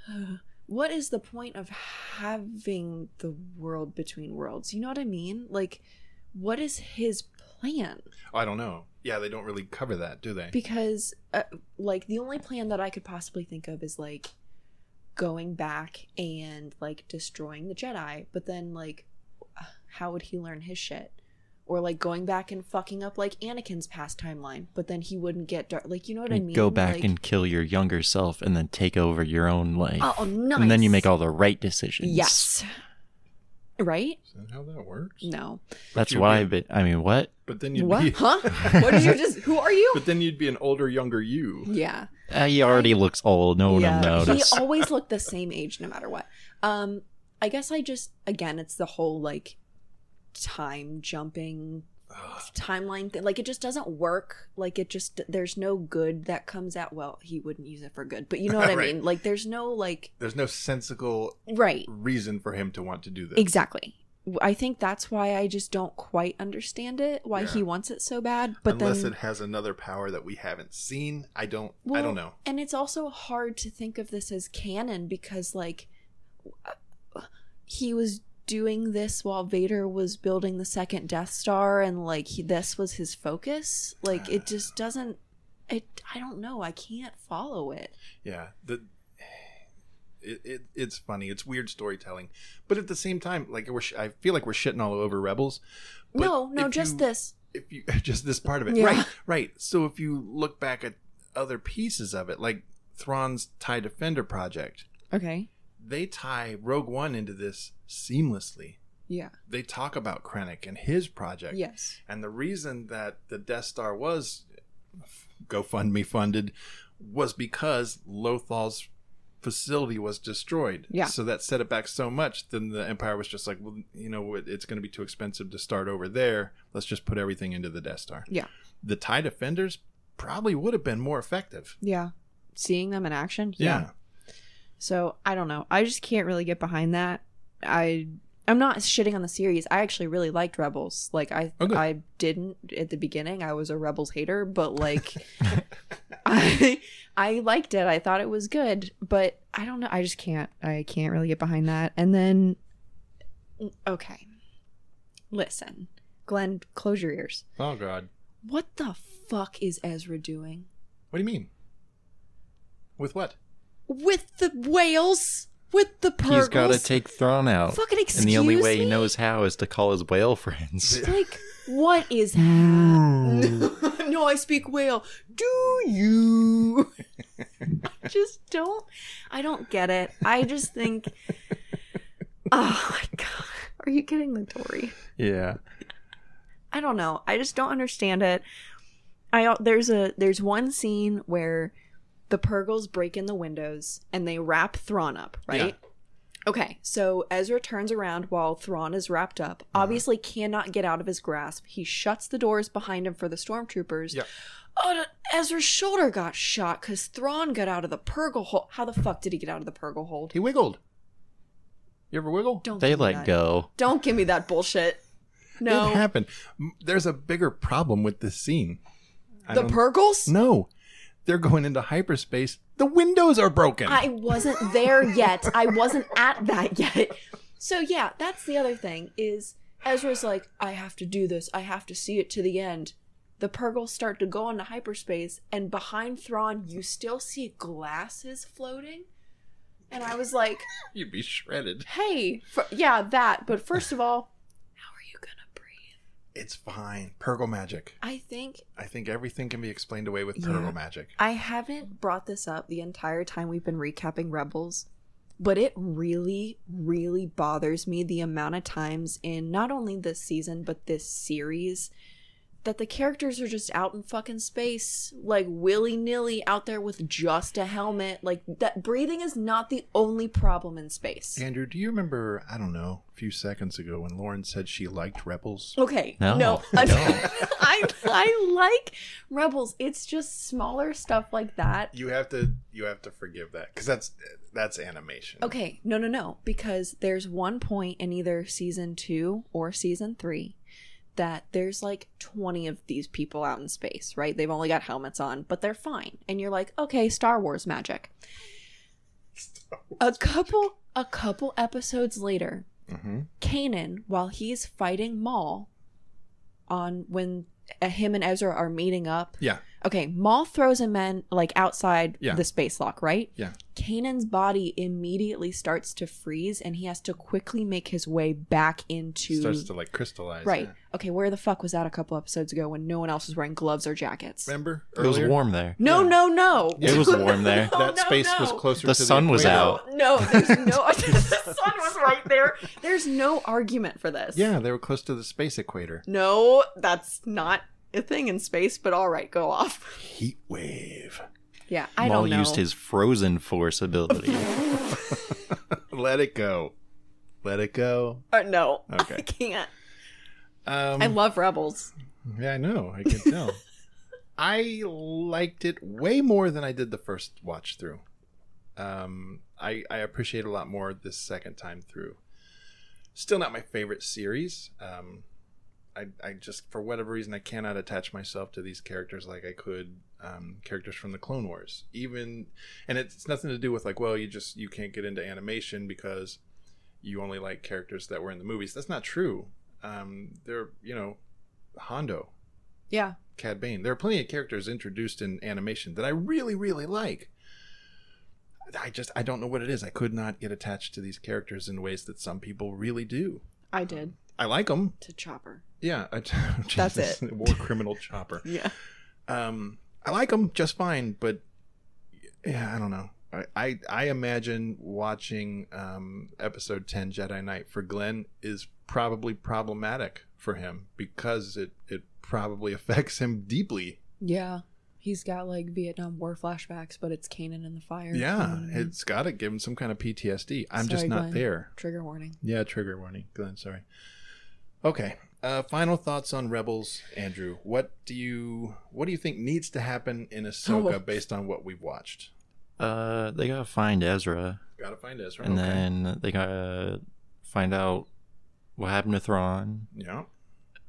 H: what is the point of having the world between worlds? You know what I mean? Like, what is his plan?
F: Oh, I don't know. Yeah, they don't really cover that, do they?
H: because uh, like the only plan that i could possibly think of is like going back and like destroying the jedi but then like how would he learn his shit or like going back and fucking up like anakin's past timeline but then he wouldn't get dark like you know what i
G: You
H: mean
G: go back
H: Like-
G: and kill your younger self and then take over your own life.
H: oh nice
G: And then you make all the right decisions.
H: yes right?
F: Is that how that works?
H: No.
G: That's
F: You're
G: what
F: being-
G: I've been. I mean, what?
F: But then you'd
H: what?
F: be
H: Huh? What did you just? Who are you?
F: But then you'd be an older, younger you.
H: Yeah.
G: Uh, he already looks old. No one will
H: he
G: notice.
H: always looked the same age no matter what. Um, I guess I just again, it's the whole like time jumping timeline thing. Like it just doesn't work. Like it just there's no good that comes out. Well, he wouldn't use it for good, but you know what I
F: Right.
H: mean. Like there's no like
F: There's no sensical
H: right
F: reason for him to want to do this.
H: exactly. I think that's why I just don't quite understand it. Why
F: Yeah.
H: he wants it so bad, but
F: Unless
H: then
F: it has another power that we haven't seen. I don't. I
H: Well,
F: don't know.
H: And it's also hard to think of this as canon because, like, he was doing this while Vader was building the second Death Star, and like he, this was his focus. Like, it just doesn't. It. I don't know. I can't follow it.
F: Yeah. The. It, it, it's funny. It's weird storytelling, but at the same time, like we're, sh- I feel like we're shitting all over rebels. But
H: no, no,
F: if
H: just
F: you-
H: this.
F: If you just this part of it,
H: Yeah.
F: right, right. So if you look back at other pieces of it, like Thrawn's Tie Defender project,
H: Okay.
F: they tie Rogue One into this seamlessly.
H: Yeah.
F: They talk about Krennic and his project.
H: Yes.
F: And the reason that the Death Star was GoFundMe funded was because Lothal's facility was destroyed.
H: Yeah.
F: So that set it back so much, then the Empire was just like, well, you know, what, it's going to be too expensive to start over there. Let's just put everything into the Death Star.
H: Yeah.
F: The TIE Defenders probably would have been more effective.
H: Yeah. Seeing them in action.
F: Yeah.
H: So I don't know. I just can't really get behind that. I I'm not shitting on the series. I actually really liked Rebels. Like I
F: Oh, good.
H: I didn't at the beginning. I was a Rebels hater, but like I I liked it. I thought it was good, but I don't know. I just can't. I can't really get behind that. And then okay. Listen. Glenn, close your ears.
F: Oh, God.
H: What the fuck is Ezra doing?
F: What do you mean? With what?
H: With the whales? With the purgles?
G: He's got to take Thrawn out.
H: Fucking
G: and the only
H: excuse
G: way he
H: me?
G: knows how is to call his whale friends.
H: like what is happening no i speak whale do you i just don't i don't get it i just think oh my god are you kidding me tori
F: Yeah.
H: I don't know. I just don't understand it. I al- there's a there's one scene where the Purgles break in the windows and they wrap Thrawn up, right? Okay, so Ezra turns around while Thrawn is wrapped up.
F: Uh-huh.
H: Obviously, cannot get out of his grasp. He shuts the doors behind him for the stormtroopers.
F: Yeah.
H: Oh, no, Ezra's shoulder got shot because Thrawn got out of the Purgle hold. How the fuck did he get out of the Purgle hold?
F: He wiggled. You ever wiggle?
H: Don't
G: They
H: give me
G: let
H: that.
G: go.
H: Don't give me that bullshit. No,
F: It happened. M- There's a bigger problem with this scene. I
H: the
F: don't-
H: Purgles.
F: No. They're going into hyperspace. The windows are broken.
H: I wasn't there yet. I wasn't at that yet. So yeah, that's the other thing is Ezra's like, I have to do this. I have to see it to the end. The Purgles start to go into hyperspace, and behind Thrawn, you still see glasses floating. And I was like,
F: You'd be shredded.
H: Hey, fir- yeah, that. But first of all, how are you gonna breathe?
F: It's fine. Purgle magic.
H: I think
F: I think everything can be explained away with
H: Yeah.
F: Purgle magic.
H: I haven't brought this up the entire time we've been recapping Rebels, but it really, really bothers me the amount of times in not only this season, but this series that the characters are just out in fucking space, like willy nilly out there with just a helmet. Like, that breathing is not the only problem in space.
F: Andrew, do you remember, I don't know, a few seconds ago when Lauren said she liked Rebels?
H: Okay.
G: No,
H: No.
G: I
H: I,
G: don't.
H: I like Rebels. It's just smaller stuff like that
F: You have to you have to forgive that cuz that's that's animation.
H: Okay, no, no, no, because there's one point in either season two or season three that there's like 20 of these people out in space, right? They've only got helmets on, but they're fine. And you're like, okay, Star Wars magic. a couple, a couple episodes later,
F: Mhm.
H: Kanan, while he's fighting Maul, on when uh, him and Ezra are meeting up.
F: Yeah.
H: Okay, Maul throws him in like outside
F: Yeah.
H: the space lock, right?
F: Yeah.
H: Kanan's body immediately starts to freeze and he has to quickly make his way back into
F: Starts to like crystallize.
H: Right.
F: yeah.
H: Okay, where the fuck was that a couple episodes ago when no one else was wearing gloves or jackets?
F: Remember?
G: It was
F: earlier?
G: warm there.
H: No, no, no.
G: It was warm there.
H: No,
F: that
H: Oh, no,
F: space was
H: no.
F: closer
G: The
F: to
G: sun was
F: equator.
G: out.
H: No, no, there's no. the sun was right there. There's no argument for this.
F: Yeah, they were close to the space equator.
H: No, that's not a thing in space. But all right, go off.
F: Heat wave.
H: Yeah, I
G: Maul
H: don't know.
G: used his frozen force ability.
F: Let it go. Let it go.
H: Uh, no, I
F: Okay.
H: can't.
F: Um,
H: I love rebels.
F: yeah, I know. I can tell. I liked it way more than I did the first watch through. Um, I, I appreciate it a lot more this second time through. Still not my favorite series. Um, I, I just, for whatever reason, I cannot attach myself to these characters like I could um, characters from the Clone Wars. Even, and it's nothing to do with like, well, you just you can't get into animation because you only like characters that were in the movies. That's not true. Um, they're you know, Hondo,
H: Yeah,
F: Cad Bane. There are plenty of characters introduced in animation that I really, really like. I just I don't know what it is. I could not get attached to these characters in ways that some people really do.
H: I did
F: I like them.
H: to Chopper.
F: Yeah, I,
H: That's
F: Jesus,
H: it.
F: War criminal chopper.
H: Yeah,
F: Um, I like them just fine, but yeah, I don't know. I I, I imagine watching um, episode ten Jedi Knight for Glenn is probably problematic for him because it it probably affects him deeply.
H: yeah. He's got like Vietnam War flashbacks, but it's Kanan in the fire. Um, You know
F: Yeah,
H: what I mean?
F: it's got to give him some kind of PTSD. I'm just
H: Sorry,
F: not
H: Glenn.
F: there.
H: trigger warning.
F: Yeah, trigger warning, Glenn. Sorry. Okay. Uh, final thoughts on Rebels, Andrew. What do you what do you think needs to happen in Ahsoka
H: Oh.
F: based on what we've watched?
G: uh, they gotta find Ezra,
F: Gotta find Ezra.
G: and
F: okay.
G: then they gotta find out what happened to Thrawn.
F: yeah.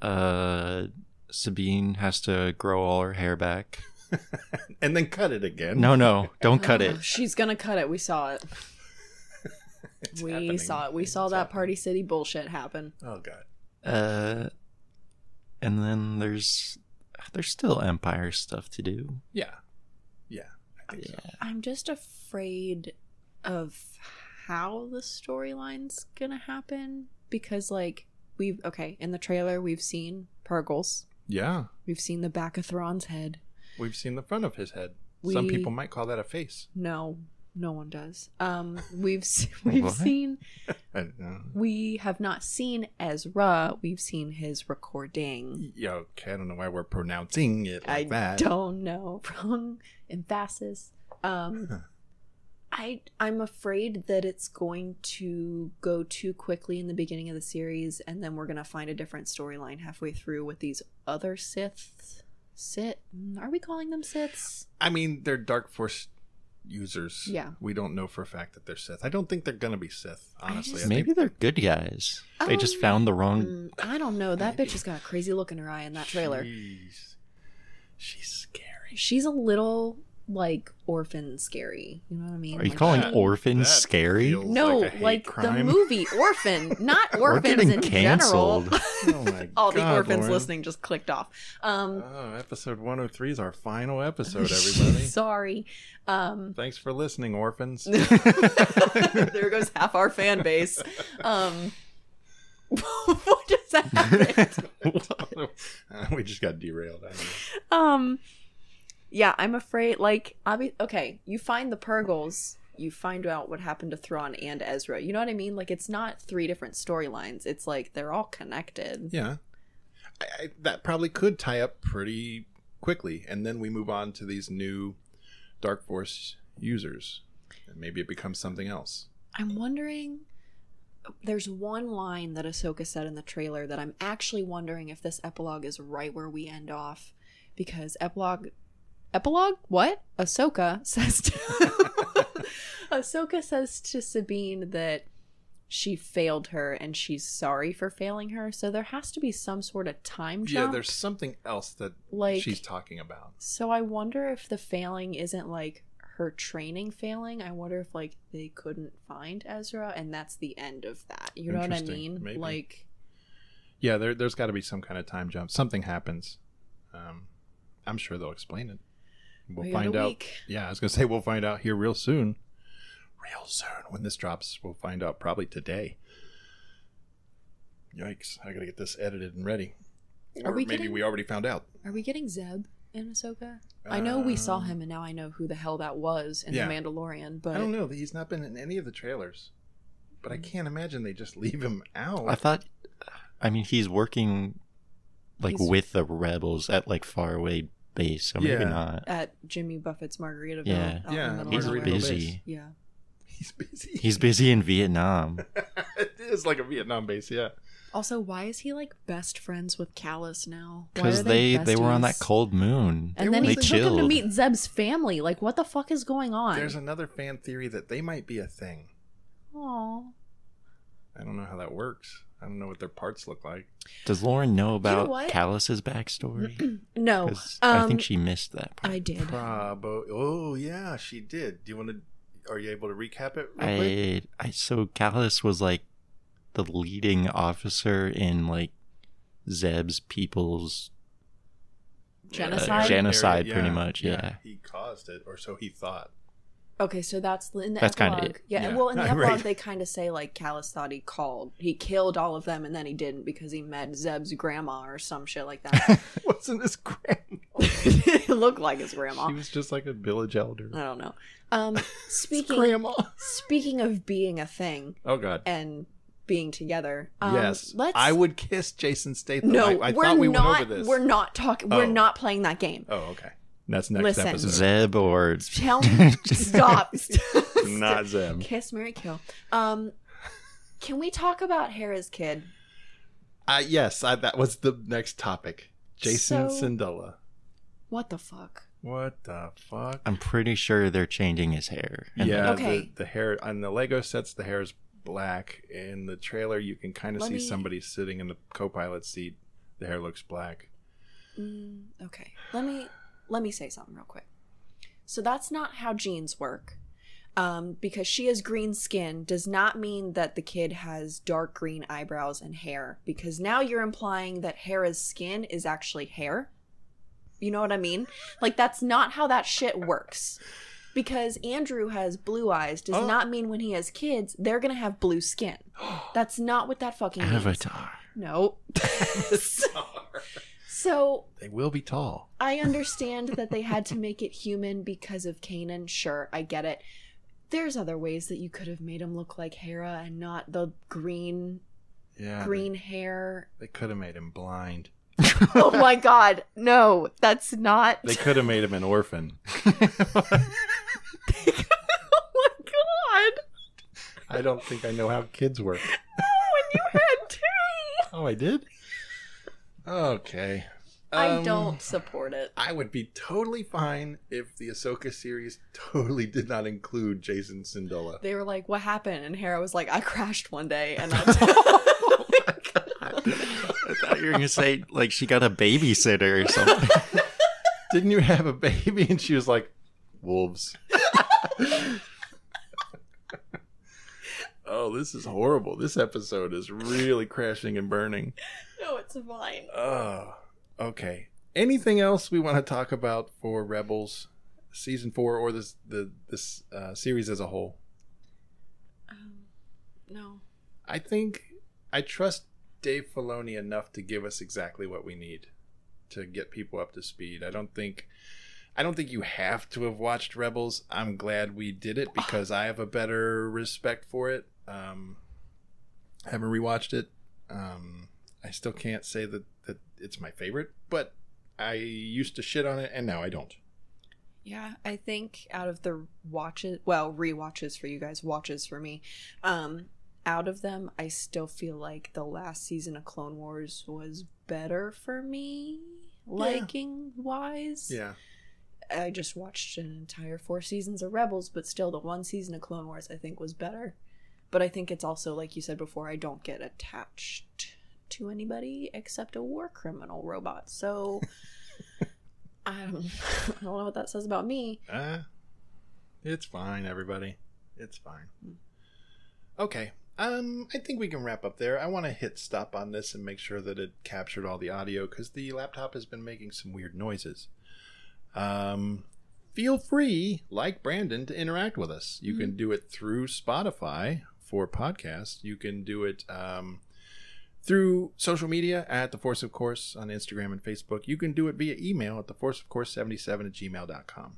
G: Uh, Sabine has to grow all her hair back.
F: and then cut it again.
G: No, no, don't cut
H: Oh,
G: it.
H: She's gonna cut it. We saw it.
F: It's
H: we
F: happening.
H: saw it. We saw
F: It's
H: that
F: happening.
H: Party City bullshit happen.
F: Oh god.
G: Uh, and then there's there's still Empire stuff to do.
F: Yeah. Yeah. I think so.
H: I'm just afraid of how the storyline's gonna happen because, like, we've okay in the trailer we've seen Purgles,
F: Yeah.
H: we've seen the back of Thrawn's head.
F: We've seen the front of his head. Some
H: We-
F: people might call that a face.
H: No, no one does. Um, we've s- we've
G: What?
H: seen
F: I don't know.
H: we have not seen Ezra. We've seen his recording.
F: Yeah, okay, I don't know why we're pronouncing it like
H: I
F: that.
H: don't know wrong emphasis. Um, I I'm afraid that it's going to go too quickly in the beginning of the series, and then we're gonna find a different storyline halfway through with these other Siths. Sith? Are we calling them Siths?
F: I mean, they're Dark Force users.
H: Yeah.
F: We don't know for a fact that they're Sith. I don't think they're going to be Sith, honestly.
H: just-
F: I
G: Maybe
F: think-
G: they're good guys. They
H: Oh,
G: just found the wrong.
H: Mm, I don't know. That bitch has got a crazy look in her eye in that trailer.
F: Jeez. She's scary.
H: She's a little like orphan scary. You know what I mean?
G: Are you
H: Like,
G: calling
H: she-
G: orphans
F: That
G: scary?
F: feels
H: No,
F: like, a
H: like,
F: hate
H: the
F: crime.
H: movie Orphan, not
G: We're
H: orphans
G: getting
H: in
G: canceled.
H: general.
F: Oh my
H: All the
F: God,
H: orphans
F: Lauren.
H: listening just clicked off. Um,
F: Oh, episode 103 is our final episode, everybody.
H: sorry. Um,
F: Thanks for listening, orphans.
H: there goes half our fan base. Um, what just happened?
F: we just got derailed. I don't know.
H: um, yeah, I'm afraid. Like, obvi- okay, you find the Purgles. You find out what happened to Thrawn and Ezra. You know what I mean? Like, it's not three different storylines. It's like they're all connected.
F: Yeah. I, I, that probably could tie up pretty quickly. And then we move on to these new Dark Force users. And maybe it becomes something else.
H: I'm wondering. There's one line that Ahsoka said in the trailer that I'm actually wondering if this epilogue is right where we end off, because epilogue, epilogue, what Ahsoka says to Ahsoka says to Sabine that she failed her and she's sorry for failing her. So there has to be some sort of time jump.
F: Yeah, there's something else that
H: like
F: she's talking about.
H: so I wonder if the failing isn't like her training failing. I wonder if like they couldn't find Ezra and that's the end of that. You know what I
F: Interesting.
H: mean?
F: Maybe.
H: Like
F: Yeah, there, there's got to be some kind of time jump. Something happens. Um, I'm sure they'll explain it. We'll
H: We got a
F: find out.
H: week.
F: Yeah, I was going to say we'll find out here real soon. Real soon. When this drops, we'll find out probably today. Yikes. I got to get this edited and ready.
H: Are
F: Or
H: we
F: maybe
H: getting-
F: we already found out.
H: are we getting Zeb?
I: in Ahsoka? I know we saw him, and now I know who the hell that was in
F: Um, yeah.
I: The Mandalorian. But
F: I don't know. He's not been in any of the trailers, but I can't imagine they just leave him out.
G: I thought, I mean, he's working like
I: He's-
G: with the rebels at like faraway base, so
F: Yeah.
G: maybe not.
H: at Jimmy Buffett's Margaritaville.
G: Yeah.
H: out in the
F: Yeah,
H: middle of
G: He's
H: nowhere.
F: Margaritaville.
G: busy.
H: Yeah.
F: he's busy.
G: He's busy in Vietnam.
F: it is like a Vietnam base, yeah.
I: also, why is he like best friends with Callus now? Why
G: Because
I: are
G: they, they were on
I: besties?
G: that cold moon.
I: And then
F: They
I: he
G: they
I: took him to
G: chilled.
I: meet Zeb's family. Like, what the fuck is going on?
F: There's another fan theory that they might be a thing.
I: Aw.
F: I don't know how that works. I don't know what their parts look like.
G: Does Lauren know about
I: what?
G: Callus's backstory?
I: No,
G: 'Cause I
I: um,
G: think she missed that part.
I: I did.
F: Probo. Oh yeah, she did. Do you want to? Are you able to recap it? Real quick?
G: I, I so Callus was like the leading officer in like Zeb's people's
I: Genocide?
G: genocide,
F: Area,
G: pretty
F: yeah,
G: much. Yeah.
F: he caused it, or so he thought.
H: Okay, so that's in the
G: That's kinda
H: epilogue.
G: it.
H: Yeah,
F: Yeah.
H: well, in the
F: Right.
H: epilogue, they kind of say like Callus thought he called, he killed all of them, and then he didn't because he met Zeb's grandma or some shit like that.
F: Wasn't his grandma?
H: it looked like his grandma.
F: She was just like a village elder.
H: I don't know. Um, speaking
F: grandma.
H: speaking of being a thing
F: Oh God.
H: and being together, um,
F: yes.
H: let's.
F: I would kiss Jason Statham.
H: No,
F: I, I
H: we're
F: thought we
H: not.
F: went over this.
H: We're not talking. We're
F: Oh.
H: not playing that game.
F: Oh, okay. That's next
H: Listen.
F: episode.
G: Zeb or
H: Tell me. stop.
F: Not Zem.
H: Kiss Mary Kill. Um, can we talk about Hera's kid?
F: Uh, yes, I, that was the next topic. Jason
H: So-
F: Sindula.
I: What the fuck?
F: What the fuck?
G: I'm pretty sure they're changing his hair. And
F: yeah,
H: Okay.
F: the, the hair on the Lego sets, the hair is black. In the trailer, you can kind of
I: Let
F: see
I: me-
F: somebody sitting in the co-pilot seat. The hair looks black.
H: Mm, okay. Let me let me say something real quick. So that's not how genes work. Um, because she has green skin does not mean that the kid has dark green eyebrows and hair. Because now you're implying that Hera's skin is actually hair. You know what I mean? Like that's not how that shit works. Because Andrew has blue eyes does
F: Oh.
H: not mean when he has kids they're gonna have blue skin. That's not what that fucking means.
G: Avatar.
H: No. so
F: They will be tall.
H: I understand that they had to make it human because of Kanan. Sure, I get it. There's other ways that you could have made him look like Hera and not the green
F: Yeah, they-
H: green hair.
F: They, could have made him blind.
H: Oh my god. No, that's not
F: They could have made him an orphan.
H: Oh my god.
F: I don't think I know how kids work.
H: When you had two
F: Oh, I did. Okay.
H: I
F: Um,
H: don't support it.
F: I would be totally fine if the Ahsoka series totally did not include Jason Sindula.
H: They were like, What happened? And Hera was like, I crashed one day and Oh I
G: I thought you were gonna say like she got a babysitter or something.
F: Didn't you have a baby? And she was like, wolves. oh, this is horrible. This episode is really crashing and burning.
H: No, it's fine.
F: Oh, okay. Anything else we want to talk about for Rebels season four or this the this uh, series as a whole?
I: Um, no.
F: I think I trust Dave Filoni enough to give us exactly what we need to get people up to speed. I don't think I don't think you have to have watched Rebels. I'm glad we did it because I have a better respect for it. Um, I haven't rewatched it. Um, I still can't say that that it's my favorite, but I used to shit on it and now I don't.
H: Yeah, I think out of the watches, well, rewatches for you guys, watches for me, um, out of them, I still feel like the last season of Clone Wars was better for me, liking wise.
F: Yeah.
H: I just watched an entire four seasons of Rebels, but still, the one season of Clone Wars I think was better. But I think it's also, like you said before, I don't get attached to anybody except a war criminal robot. So. I don't, I don't know what that says about me.
F: Uh, it's fine, everybody. It's fine. Okay. Um, I think we can wrap up there. I want to hit stop on this and make sure that it captured all the audio because the laptop has been making some weird noises. Um, feel free, like Brandon, to interact with us. You can do it through Spotify for podcasts. You can do it um, through social media at The Force of Course on Instagram and Facebook. You can do it via email at TheForceOfCourse77 at gmail.com.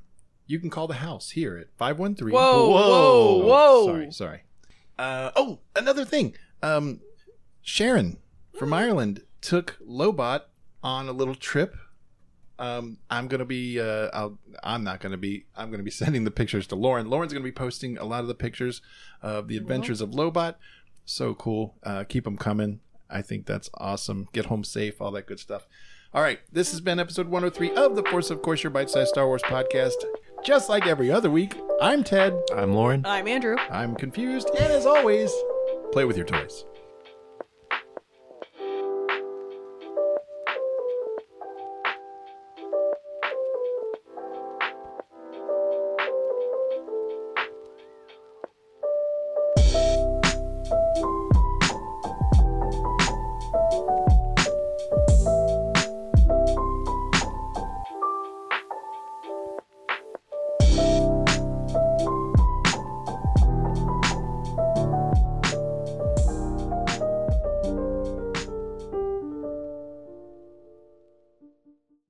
F: You can call the house here at 513.
J: Whoa, whoa, whoa.
F: Sorry, sorry. Uh, oh, another thing. Um, Sharon
J: Mm-hmm.
F: from Ireland took Lobot on a little trip. Um, I'm gonna be. Uh, I'll, I'm not gonna be. I'm gonna be sending the pictures to Lauren. Lauren's gonna be posting a lot of the pictures of the adventures of Lobot. So cool. Uh, keep them coming. I think that's awesome. Get home safe. All that good stuff. All right, this has been episode 103 of the Force of Course, your bite-sized Star Wars podcast. Just like every other week, I'm Ted.
G: I'm Lauren.
I: I'm Andrew.
F: I'm confused, and as always, play with your toys.